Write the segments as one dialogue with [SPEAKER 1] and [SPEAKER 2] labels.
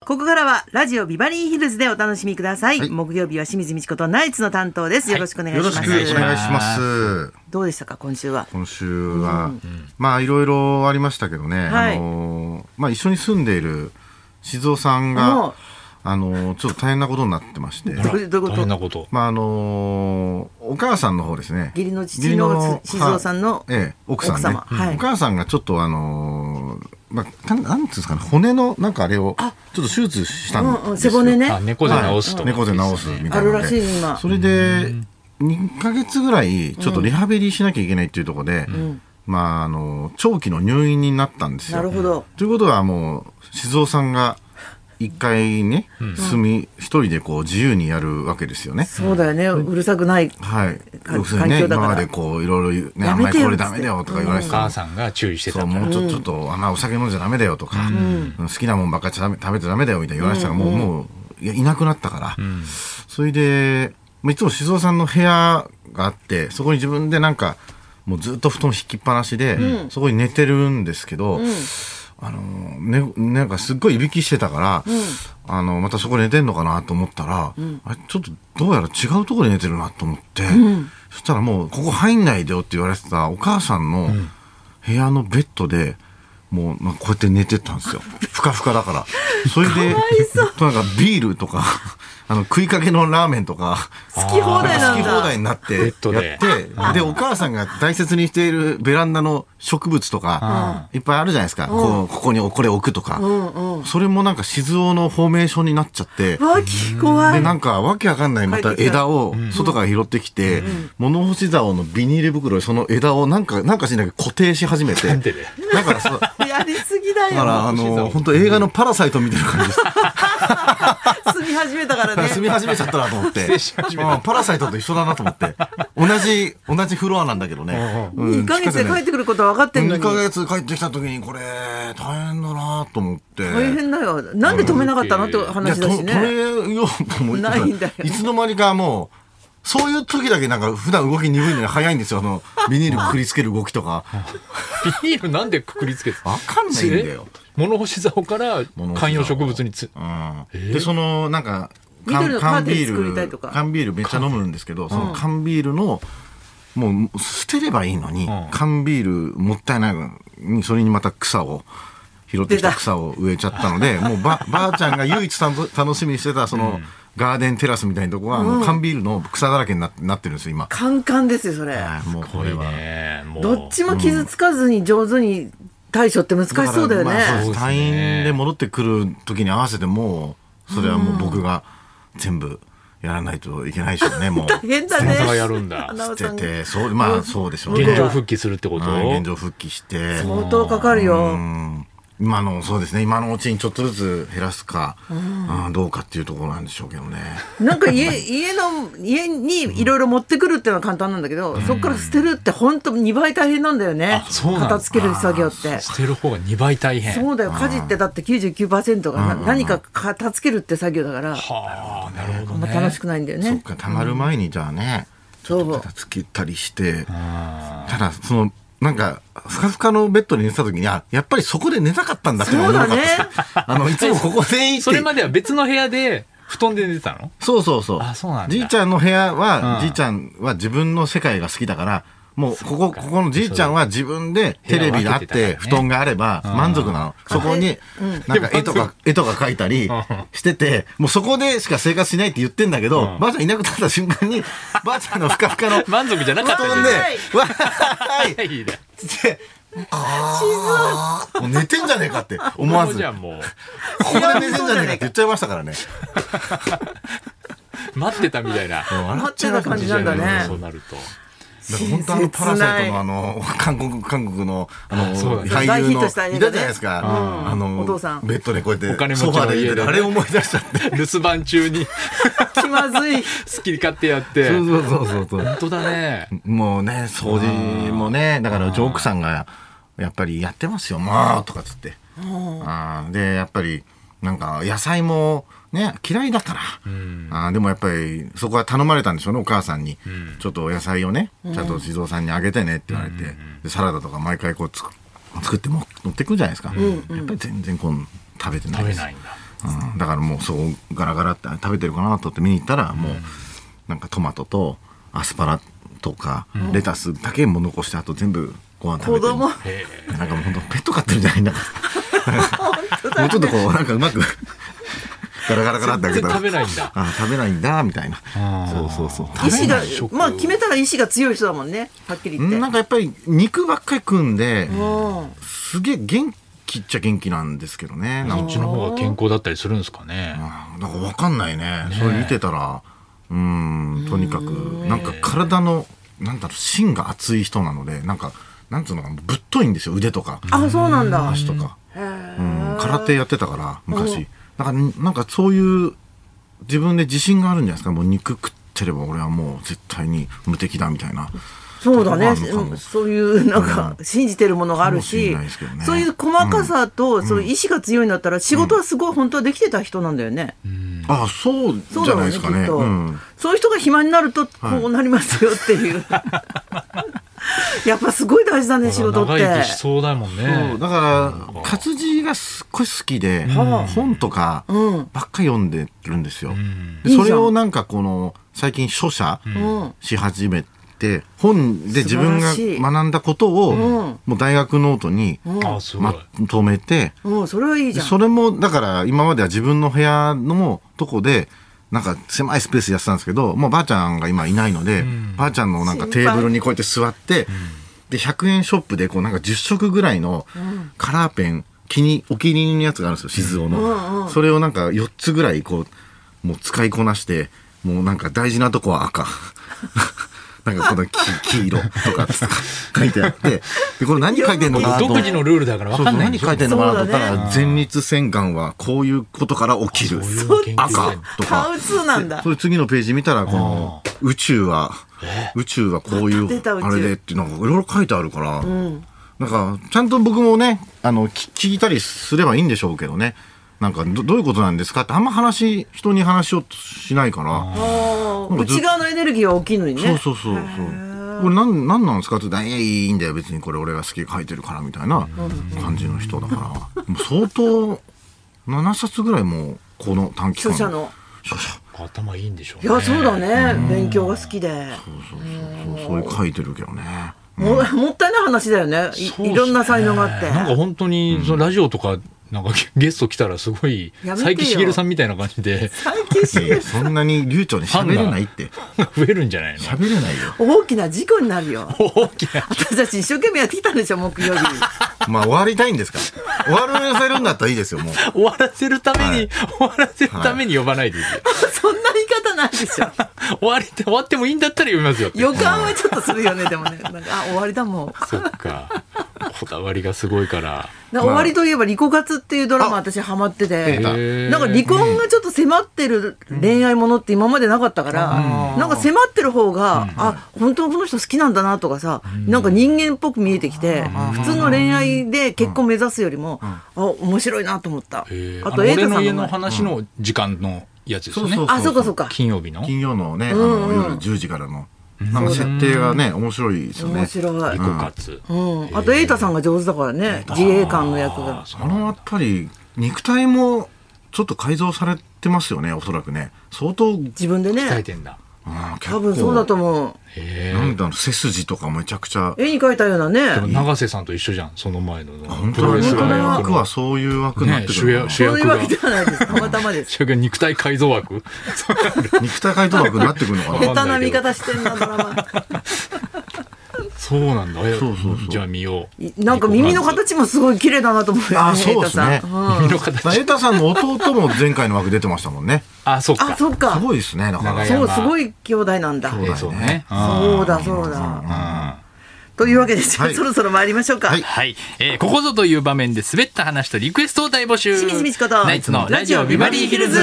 [SPEAKER 1] ここからはラジオビバリーヒルズでお楽しみください。
[SPEAKER 2] はい
[SPEAKER 1] 木曜日は清水美智子とナイツの担当です。よろしくお願い
[SPEAKER 2] よ
[SPEAKER 1] しま
[SPEAKER 2] ろ
[SPEAKER 1] す。
[SPEAKER 2] しくお願いします。
[SPEAKER 1] どうでしたか今週は。
[SPEAKER 2] 今週は、まあいろいろありましたけどね、
[SPEAKER 1] はい
[SPEAKER 2] あのーまあ一緒に住んでいる静雄さんが
[SPEAKER 1] お、
[SPEAKER 2] あのーちょっと大変なことになってまして、
[SPEAKER 1] どういうどういう
[SPEAKER 3] 大
[SPEAKER 1] こ
[SPEAKER 3] 変な
[SPEAKER 1] と？
[SPEAKER 3] こと。
[SPEAKER 2] まああのーお母さんの方ですね。
[SPEAKER 1] 義理の父の静雄さんの
[SPEAKER 2] はええ奥さんね
[SPEAKER 1] 奥様はい
[SPEAKER 2] お母さんがちょっとあのーまあなんなんていうんですかね骨のなんかあれをちょっと手術した
[SPEAKER 1] うんん
[SPEAKER 2] ですよ。
[SPEAKER 1] うん背骨ね。
[SPEAKER 3] あ猫で治すと。
[SPEAKER 2] 猫で治すみたいな
[SPEAKER 1] あ
[SPEAKER 2] の
[SPEAKER 1] る
[SPEAKER 2] で
[SPEAKER 1] らしいね今。
[SPEAKER 2] それで2ヶ月ぐらいちょっとリハビリしなきゃいけないっていうところで、まあ、あの長期の入院になったんですよ。
[SPEAKER 1] なるほど
[SPEAKER 2] ということはもう静雄さんが1階ね、住み一人でこう自由にやるわけですよね。
[SPEAKER 1] そうだよね。うるさくない。
[SPEAKER 2] はい、
[SPEAKER 1] か
[SPEAKER 2] 要するにね
[SPEAKER 1] 環境だから
[SPEAKER 2] 今までこういろいろねあ
[SPEAKER 1] や
[SPEAKER 2] んま
[SPEAKER 1] め
[SPEAKER 2] り
[SPEAKER 1] てよ
[SPEAKER 2] これダメだよとか言われて
[SPEAKER 3] お
[SPEAKER 2] たの
[SPEAKER 3] 母さんが注意して
[SPEAKER 2] そう
[SPEAKER 3] た。
[SPEAKER 2] もうちょちょっとあんなお酒飲んじゃダメだよとか、好きなもんばっかり食べ食べてダメだよみたいに言われてたから、もうもういやいなくなったから、それで、まあ、いつも静雄さんの部屋があってそこに自分でなんかもうずっと布団引きっぱなしで、そこに寝てるんですけど、あのね、なんかすっごいいびきしてたから、あのまたそこ寝てんのかなと思ったら、あれちょっとどうやら違うところで寝てるなと思って、そしたらもうここ入んないでよって言われてたお母さんの部屋のベッドでもうなんかこうやって寝てたん ですよふかふかだからそれでなんかビールとか あの食いかけのラーメンとか
[SPEAKER 1] 好き放題なん
[SPEAKER 2] 好き放題
[SPEAKER 1] だ。
[SPEAKER 2] になってや
[SPEAKER 3] ベ
[SPEAKER 2] っ
[SPEAKER 3] ッドで
[SPEAKER 2] てでお母さんが大切にしているベランダの植物とかいっぱいあるじゃないですかこうここにこれ置くとかそれもなんか静雄のフォーメーションになっちゃって
[SPEAKER 1] わき怖
[SPEAKER 2] で
[SPEAKER 1] い。
[SPEAKER 2] なんかわけわかんないまた枝を外から拾ってきて物干し竿のビニール袋にその枝をなんかなんかしなきゃ固定し始めて
[SPEAKER 3] なんでね
[SPEAKER 2] だからそうだ
[SPEAKER 1] やりすぎだ
[SPEAKER 2] から
[SPEAKER 1] よ。
[SPEAKER 2] あの本当映画の「パラサイト」見てる感じです
[SPEAKER 1] 住み始めたからね。
[SPEAKER 2] 住み始めちゃったなと思って。うんパラサイトと一緒だなと思って。同じ、同じフロアなんだけどね。
[SPEAKER 1] 一ヶ月で帰ってくることは分かってんの
[SPEAKER 2] 2ヶ
[SPEAKER 1] に。
[SPEAKER 2] 月帰ってきた時にこれ、大変だなと思って。
[SPEAKER 1] 大変だよ。なんで止めなかったのって話だし
[SPEAKER 2] いやと
[SPEAKER 1] ね。
[SPEAKER 2] 止めようと思って
[SPEAKER 1] ないんだよ
[SPEAKER 2] いつの間にかもう、そういう時だけなんか普段動き鈍いのに早いんですよ。あの、ビニールくくりつける動きとか。
[SPEAKER 3] ビールなんでくくりつけてた
[SPEAKER 2] わかんないんだよ。
[SPEAKER 3] 物干し竿から観葉植物につ。
[SPEAKER 2] うん、でそのなんか缶
[SPEAKER 1] 緑のカー
[SPEAKER 2] 缶
[SPEAKER 1] テン
[SPEAKER 2] ビ
[SPEAKER 1] 作りたい
[SPEAKER 2] ー
[SPEAKER 1] と
[SPEAKER 2] ル
[SPEAKER 1] か
[SPEAKER 2] 缶ビールめっちゃ飲むんですけどその缶ビールの、もう捨てればいいのに、
[SPEAKER 3] ん
[SPEAKER 2] 缶ビールもったいないのにそれにまた草を拾ってきた
[SPEAKER 1] 出た
[SPEAKER 2] 草を植えちゃった のでもうばばあちゃんが唯一たの楽しみにしてたその、ガーデンテラスみたいなとこは、もう缶ビールの草だらけになってなってるんですよ今。
[SPEAKER 1] カンカンですよそれ。
[SPEAKER 2] あーもうこ
[SPEAKER 3] こ
[SPEAKER 2] れ
[SPEAKER 3] れ
[SPEAKER 2] は
[SPEAKER 3] ね、もう。
[SPEAKER 1] どっちも傷つかずに上手に対処って難しそうだよ
[SPEAKER 2] からまあ
[SPEAKER 1] ね。
[SPEAKER 2] そうです退
[SPEAKER 3] ね
[SPEAKER 2] 院で戻ってくる時に合わせてもうそれはもう僕が全部やらないといけないでしょうねもう
[SPEAKER 1] 大変だね。
[SPEAKER 3] 田中がやるんだ
[SPEAKER 1] 花尾さ
[SPEAKER 2] 捨
[SPEAKER 1] ん
[SPEAKER 2] て
[SPEAKER 1] が
[SPEAKER 2] てそうまあそうでしょうね
[SPEAKER 3] 現状復帰するってこと
[SPEAKER 2] はい現状復帰して
[SPEAKER 1] 相当かかるよ
[SPEAKER 2] う。ん今のそうですね今のうちにちょっとずつ減らすか、うんどうかっていうところなんでしょうけどね
[SPEAKER 1] なんか家、 家の、家にいろいろ持ってくるっていうのは簡単なんだけど、そこから捨てるって本当2倍大変なんだよね。
[SPEAKER 3] あそうなんだ
[SPEAKER 1] 片付ける作業って。
[SPEAKER 3] 捨てる方が2倍大変。
[SPEAKER 1] そうだよ。家事ってだって99%がな何か片付けるって作業だから、
[SPEAKER 3] はあ、なるほ
[SPEAKER 1] あん
[SPEAKER 3] ど
[SPEAKER 1] ま
[SPEAKER 3] ね。
[SPEAKER 1] 楽しくないんだよ
[SPEAKER 2] そっ
[SPEAKER 1] ね。
[SPEAKER 2] かたまる前にじゃあね、ち
[SPEAKER 1] そ
[SPEAKER 2] ょっ
[SPEAKER 1] う
[SPEAKER 2] と片。付けたりしてただそのなんかふかふかのベッドに寝てた時にあやっぱりそこで寝たかったんだって思わなかったです
[SPEAKER 1] そうだ
[SPEAKER 2] あのいつもここでいいって
[SPEAKER 3] それまでは別の部屋で布団で寝てたの
[SPEAKER 2] そうそうそう。
[SPEAKER 3] あそうなんだ
[SPEAKER 2] じいちゃんの部屋は、
[SPEAKER 3] うん
[SPEAKER 2] じいちゃんは自分の世界が好きだから、もう、ここ、ここのじいちゃんは自分でテレビがあっ
[SPEAKER 3] 部屋を分けて
[SPEAKER 2] て、
[SPEAKER 3] たからね
[SPEAKER 2] 布団があれば満足なの。そこに、なんか絵とか、絵とか描いたりしてて、もうそこでしか生活しないって言ってんだけど、ばあちゃんいなくなった瞬間に、ばあちゃんのふかふかの布
[SPEAKER 3] 満足じゃなかった
[SPEAKER 2] 団
[SPEAKER 3] じ
[SPEAKER 2] で
[SPEAKER 3] ゃ
[SPEAKER 1] ない、
[SPEAKER 2] わーい
[SPEAKER 3] ん。いいね。
[SPEAKER 2] って、あーもう寝てんじゃねえかって思わず、
[SPEAKER 3] じゃあ
[SPEAKER 2] こ
[SPEAKER 3] もう、
[SPEAKER 2] こで寝てんじゃねえかって言っちゃいましたからね。
[SPEAKER 3] 待ってたみたいな。
[SPEAKER 2] 笑
[SPEAKER 1] 待ってた感じなんだ
[SPEAKER 3] そう
[SPEAKER 1] ね。
[SPEAKER 3] なると。
[SPEAKER 2] だから本当あのパラサイトのあ
[SPEAKER 1] の。
[SPEAKER 2] の韓国韓国のあの
[SPEAKER 3] そうだね
[SPEAKER 2] 俳
[SPEAKER 1] 大ヒ
[SPEAKER 2] 優
[SPEAKER 1] ットした映画
[SPEAKER 2] の
[SPEAKER 1] ね
[SPEAKER 2] いたじゃないですか、あの
[SPEAKER 1] お父さん
[SPEAKER 2] ベッドでこうや
[SPEAKER 3] お金
[SPEAKER 2] ってソ
[SPEAKER 3] 持ちの
[SPEAKER 2] ファーでい
[SPEAKER 3] 家
[SPEAKER 2] て
[SPEAKER 3] でね
[SPEAKER 2] あれ思い出しちゃ って
[SPEAKER 3] 留守番中に
[SPEAKER 1] 気まずい。
[SPEAKER 3] 好き勝手やって。
[SPEAKER 2] そ
[SPEAKER 3] 本
[SPEAKER 2] うそうそうそう
[SPEAKER 3] 当だね。
[SPEAKER 2] もうね掃除もねだからジョークさんがやっぱりやってますよまあとかつってあーでやっぱりなんか野菜もね嫌いだから、あーでもやっぱりそこは頼まれたんでしょうねお母さんに、ちょっとお野菜をねちゃんと静雄さんにあげてねって言われて、でサラダとか毎回こうつく作っても持ってくんじゃないですか、やっぱり全然こう食べてない
[SPEAKER 3] 食
[SPEAKER 2] で
[SPEAKER 3] べ
[SPEAKER 2] す
[SPEAKER 3] ないんだ。
[SPEAKER 2] うん、だからもうそうガラガラって食べてるかなと思って見に行ったらもうなんかトマトとアスパラとかレタスだけもう残してあと全部ご 飯食べ
[SPEAKER 1] 子
[SPEAKER 2] てる
[SPEAKER 1] 供
[SPEAKER 3] へ
[SPEAKER 2] なんかもうほんとペット飼ってるんじゃないんだからもうちょっとこうなんかうまくガラガラガラって開け
[SPEAKER 3] え全
[SPEAKER 2] たら
[SPEAKER 3] 然食べないんだ
[SPEAKER 2] あ食べないんだみたいな
[SPEAKER 3] あ
[SPEAKER 2] そう
[SPEAKER 3] ー
[SPEAKER 2] そうそう
[SPEAKER 1] 意志が
[SPEAKER 3] 食べない食
[SPEAKER 1] まあ決めたら意志が強い人だもんねはっきり言って
[SPEAKER 2] なんかやっぱり肉ばっかり食うんで
[SPEAKER 1] うん
[SPEAKER 2] すげえ元気っちゃ元気なんですけどねな
[SPEAKER 3] そ
[SPEAKER 2] ん
[SPEAKER 3] っ
[SPEAKER 2] か
[SPEAKER 3] ちの方が健康だったりするんですかね
[SPEAKER 2] あーなんか分かんないねそれ見てたらうーんとにかくなんか体のなんだろう芯が厚い人なのでなんかなんつうのかなぶっといんですよ腕とか
[SPEAKER 1] あそうなんだ
[SPEAKER 2] 足とか。
[SPEAKER 1] へ
[SPEAKER 2] う
[SPEAKER 1] ー
[SPEAKER 2] ん空手やってたから昔なんかなんかそういう自分で自信があるんじゃないですかもう肉食ってれば俺はもう絶対に無敵だみたいな
[SPEAKER 1] そうだね
[SPEAKER 2] ところもあるのかも
[SPEAKER 1] うんそういうなんか信じてるものがある
[SPEAKER 2] かもしれ
[SPEAKER 1] し
[SPEAKER 2] ないですけどね
[SPEAKER 1] そういう細かさとそういう意志が強いんだったら仕事はすごい本当はできてた人なんだよね
[SPEAKER 2] あそう
[SPEAKER 1] そう
[SPEAKER 2] じ
[SPEAKER 1] だ
[SPEAKER 2] ゃ
[SPEAKER 1] ろ
[SPEAKER 2] な
[SPEAKER 1] うね
[SPEAKER 2] いで
[SPEAKER 1] き
[SPEAKER 2] す
[SPEAKER 1] っ
[SPEAKER 2] かね
[SPEAKER 1] と
[SPEAKER 2] うん
[SPEAKER 1] そういう人が暇になるとこうなりますよっていう やっぱすごい大事だね仕事っ
[SPEAKER 3] 長
[SPEAKER 1] て
[SPEAKER 3] 生きしそうだもん
[SPEAKER 2] そ
[SPEAKER 3] ね
[SPEAKER 2] うだから活字がすっごい好きで本とか
[SPEAKER 1] うん
[SPEAKER 2] ばっかり読んでるんですよ
[SPEAKER 3] ん
[SPEAKER 2] で
[SPEAKER 1] いいじゃ
[SPEAKER 2] そ
[SPEAKER 1] ん
[SPEAKER 2] れをなんかこの最近著者
[SPEAKER 1] うん
[SPEAKER 2] し始めて本で自分が
[SPEAKER 1] 素晴らしい
[SPEAKER 2] 学んだことを
[SPEAKER 1] ん
[SPEAKER 2] もう大学ノートに
[SPEAKER 3] あすごい
[SPEAKER 2] まとめて
[SPEAKER 1] うんそれはいいじ
[SPEAKER 2] で
[SPEAKER 1] ゃん
[SPEAKER 2] それもだから今までは自分の部屋のとこでなんか狭いスペースでやってたんですけどもうばあちゃんが今いないので、
[SPEAKER 3] ん
[SPEAKER 2] ばあちゃんのなんか
[SPEAKER 1] 心配
[SPEAKER 2] テーブルにこうやって座って、で100円ショップでこうなんか10色ぐらいのカラーペン気にお気に入りのやつがあるんですよ静雄の、
[SPEAKER 1] うんうん
[SPEAKER 2] それをなんか4つぐらいこうもう使いこなしてもうなんか大事なとこは赤 なんかこの黄黄色とか書いてあってでこれ何書いてんのかなと
[SPEAKER 3] 独
[SPEAKER 2] 思って
[SPEAKER 3] 自のルールだから
[SPEAKER 2] そ
[SPEAKER 3] 分
[SPEAKER 2] うそう
[SPEAKER 3] か
[SPEAKER 2] ん
[SPEAKER 3] ない
[SPEAKER 2] 何
[SPEAKER 3] んでしょ
[SPEAKER 2] 書いてんのかなと思った
[SPEAKER 1] そう
[SPEAKER 2] ら、前立腺がんはこういうことから起きる。
[SPEAKER 3] そういう研究
[SPEAKER 2] 赤と
[SPEAKER 1] カ
[SPEAKER 2] か。
[SPEAKER 1] ウツーなんだ
[SPEAKER 2] それ次のページ見たら、この宇宙は、宇宙はこうい
[SPEAKER 1] また出
[SPEAKER 2] う、
[SPEAKER 1] た宇宙
[SPEAKER 2] あれでってなんかいろいろ書いてあるから、なんかちゃんと僕もね、あの、き聞いたりすればいいんでしょうけどね。なんかどどういうことなんですかってあんま話、人に話をしないから。
[SPEAKER 1] あー
[SPEAKER 2] なんかず
[SPEAKER 1] 内側のエネルギーは大きいのにね
[SPEAKER 2] そうそうそうそう。これなんなんなんですかって言ったらいやいいんだよ別にこれ俺が好きで書いてるからみたいな感じの人だから、もう相当7冊ぐらいもうこの短期間
[SPEAKER 1] 著者の
[SPEAKER 2] 著者
[SPEAKER 3] 頭いいんでしょう
[SPEAKER 1] い
[SPEAKER 3] ね
[SPEAKER 1] やそうだね、勉強が好きで
[SPEAKER 2] そうそうそうそういう書いてるけどね
[SPEAKER 1] ももったいない話だよねい
[SPEAKER 3] そうっすね
[SPEAKER 1] いろんな才能があって
[SPEAKER 3] なんか本当に、そのラジオとか、なんかゲゲスト来たらすごい、
[SPEAKER 1] やめてよ
[SPEAKER 3] 佐伯茂さんみたいな感じで
[SPEAKER 1] 最近
[SPEAKER 2] いやそんなに流暢に喋れないって
[SPEAKER 3] 増えるんじゃないの
[SPEAKER 2] 喋れないよ
[SPEAKER 1] 大きな事故になるよ
[SPEAKER 3] 大きな。
[SPEAKER 1] 私たち一生懸命やってきたんでしょ木曜日
[SPEAKER 2] まあ終わりたいんですから終わらせるんだったらいいですよもう
[SPEAKER 3] 終わらせるために、
[SPEAKER 2] はい
[SPEAKER 3] 終わらせるために呼ばないでいいよ、
[SPEAKER 1] そんな言い方ないでしょ
[SPEAKER 3] 終わりって、終わってもいいんだったら呼びますよって。
[SPEAKER 1] 予感はちょっとするよねでもねなんかあ終わりだもん
[SPEAKER 3] そっか。こだわりがすごいから。
[SPEAKER 1] な終わりといえば「リコカツ」っていうドラマ私ハマってて
[SPEAKER 2] あ
[SPEAKER 3] へー
[SPEAKER 1] なんか離婚がちょっと迫ってる恋愛ものって今までなかったから、なんか迫ってる方が、あ本当はこの人好きなんだなとかさ、なんか人間っぽく見えてきて、普通の恋愛で結婚目指すよりも、あ面白いなと思った、
[SPEAKER 3] へー
[SPEAKER 1] あ
[SPEAKER 3] あ
[SPEAKER 1] と
[SPEAKER 3] の
[SPEAKER 1] 瑛
[SPEAKER 3] 俺
[SPEAKER 1] 太さ
[SPEAKER 3] の
[SPEAKER 1] ん
[SPEAKER 3] 家
[SPEAKER 1] の
[SPEAKER 3] の
[SPEAKER 1] 前
[SPEAKER 3] 話の時間のやつですよね。
[SPEAKER 2] そう
[SPEAKER 1] あそうかそうか
[SPEAKER 3] 金曜日の。
[SPEAKER 2] 金曜のねあ
[SPEAKER 1] うん
[SPEAKER 2] の
[SPEAKER 1] うん
[SPEAKER 2] 夜10時からのなんか設定がね面白いですよ
[SPEAKER 1] 面
[SPEAKER 2] ね
[SPEAKER 1] 白い、
[SPEAKER 3] リ
[SPEAKER 1] う
[SPEAKER 3] コカツ。
[SPEAKER 1] ん、あと瑛太さんが上手だからね自衛官の役が
[SPEAKER 3] あそ
[SPEAKER 2] あのやっぱり肉体もちょっと改造されてますよねおそらくね相当、うん、結
[SPEAKER 1] 自分で
[SPEAKER 3] 鍛え
[SPEAKER 1] ね
[SPEAKER 3] てんだ。
[SPEAKER 1] 多分そうだと
[SPEAKER 2] 思
[SPEAKER 1] 思う
[SPEAKER 3] へー
[SPEAKER 2] なんだろう背筋とかめちゃくちゃ
[SPEAKER 1] 絵に描いたような
[SPEAKER 3] でも
[SPEAKER 1] ね
[SPEAKER 3] 永瀬さんと一緒じゃん、その前の。
[SPEAKER 2] 本
[SPEAKER 3] プ
[SPEAKER 2] 当
[SPEAKER 3] ロ
[SPEAKER 2] は
[SPEAKER 3] レ
[SPEAKER 2] 肉
[SPEAKER 3] スラ
[SPEAKER 2] 体の
[SPEAKER 3] ー役
[SPEAKER 2] 枠
[SPEAKER 3] の
[SPEAKER 2] は。そういう枠になって
[SPEAKER 3] ね
[SPEAKER 2] るのか
[SPEAKER 3] 主
[SPEAKER 1] そういうわけじゃないですたまたまです
[SPEAKER 3] 主役が肉体改造枠そうなる
[SPEAKER 2] な肉体改造枠になってくるのか
[SPEAKER 1] 下
[SPEAKER 2] な
[SPEAKER 3] わか
[SPEAKER 1] 手
[SPEAKER 3] んな
[SPEAKER 1] ない
[SPEAKER 3] け
[SPEAKER 1] 見
[SPEAKER 3] ど
[SPEAKER 1] 方してんなドラマ
[SPEAKER 3] そうなんだ。え
[SPEAKER 2] そうそうそう
[SPEAKER 3] じゃあ見よう
[SPEAKER 1] い。なんか耳の形もすごい綺麗だなと思うよ
[SPEAKER 2] あ
[SPEAKER 1] ね
[SPEAKER 2] そうですね
[SPEAKER 1] 瑛太さん
[SPEAKER 3] 耳の
[SPEAKER 2] まあ
[SPEAKER 3] 形。
[SPEAKER 2] 瑛太さんの弟も前回の枠出てましたもんね
[SPEAKER 3] あ、そっ
[SPEAKER 1] あ
[SPEAKER 3] か。
[SPEAKER 1] そっ
[SPEAKER 2] す
[SPEAKER 1] か
[SPEAKER 2] ごいですねだか
[SPEAKER 3] 長
[SPEAKER 2] ら
[SPEAKER 3] い
[SPEAKER 1] そうすごい兄弟なんだ
[SPEAKER 2] そうだよね
[SPEAKER 3] そうね。うん
[SPEAKER 1] そうだそうだ
[SPEAKER 3] うん
[SPEAKER 1] というわけでじゃあ
[SPEAKER 2] はい
[SPEAKER 1] そろそろ参りましょうか
[SPEAKER 2] はい
[SPEAKER 3] はい、えーここぞという場面で滑った話とリクエストを大募集
[SPEAKER 1] 清水ミチコと
[SPEAKER 3] ナイツのラジオビバリーヒルズ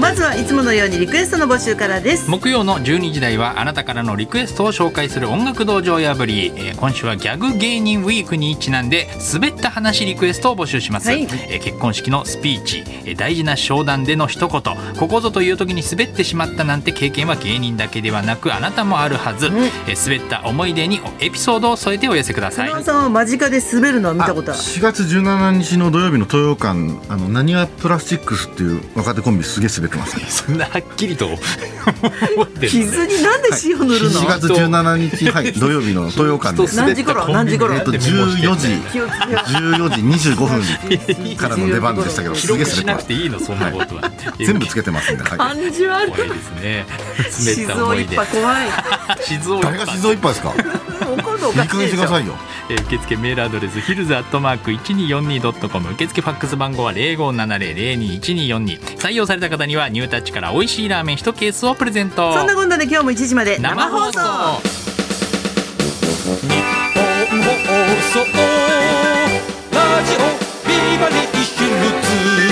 [SPEAKER 1] まずはいつものようにリクエストの募集からです
[SPEAKER 3] 木曜の12時台はあなたからのリクエストを紹介する音楽道場破り、えー今週はギャグ芸人ウィークにちなんで滑った話リクエストを募集します、
[SPEAKER 1] はい
[SPEAKER 3] えー結婚式のスピーチ、えー大事な商談での一言ここぞという時に滑ってしまったなんて経験は芸人だけではなくあなたもあるはず、えー滑った思い出にエピソードを添えてお寄せください
[SPEAKER 1] 佐野さんは間近で滑るのを見たことは
[SPEAKER 2] 4月17日の土曜日の東洋館あのなにわプラスチックスっていう若手コンビすげえ滑っ てますね
[SPEAKER 3] そんなはっきりと覚えてるのね
[SPEAKER 1] 傷になんで塩塗るの、
[SPEAKER 2] 4月17日、 はい、土曜日の東洋館です
[SPEAKER 1] 何時頃何時頃
[SPEAKER 2] えっと14
[SPEAKER 1] 気を
[SPEAKER 2] 時
[SPEAKER 1] つけよう
[SPEAKER 2] 14時25分 からの出番でしたけど
[SPEAKER 3] 記
[SPEAKER 2] すげえ滑っ
[SPEAKER 3] 録してな
[SPEAKER 2] ま
[SPEAKER 3] く
[SPEAKER 2] す
[SPEAKER 3] ていいのそんなことは
[SPEAKER 2] 全部つけてますんで、はい、
[SPEAKER 1] 感じ 悪
[SPEAKER 3] 怖いですね滑
[SPEAKER 1] 静
[SPEAKER 3] った思
[SPEAKER 1] 岡
[SPEAKER 3] い
[SPEAKER 1] 一
[SPEAKER 3] 出
[SPEAKER 1] 派怖い
[SPEAKER 3] 静岡
[SPEAKER 2] 誰が静岡一派で すか
[SPEAKER 1] おかしいお
[SPEAKER 2] いい
[SPEAKER 1] か
[SPEAKER 2] 加
[SPEAKER 1] しいでし
[SPEAKER 2] 減してく
[SPEAKER 1] ょ
[SPEAKER 2] ださいよ
[SPEAKER 3] えー受付メールアドレスヒルズアットマーク 1242.com 受付ファックス番号は0570021242採用された方にはニュータッチから美味しいラーメン1ケースをプレゼント
[SPEAKER 1] そんなこんなで今日も1時まで生放
[SPEAKER 4] 放送
[SPEAKER 1] 送
[SPEAKER 4] ラジオビバリーヒルズ」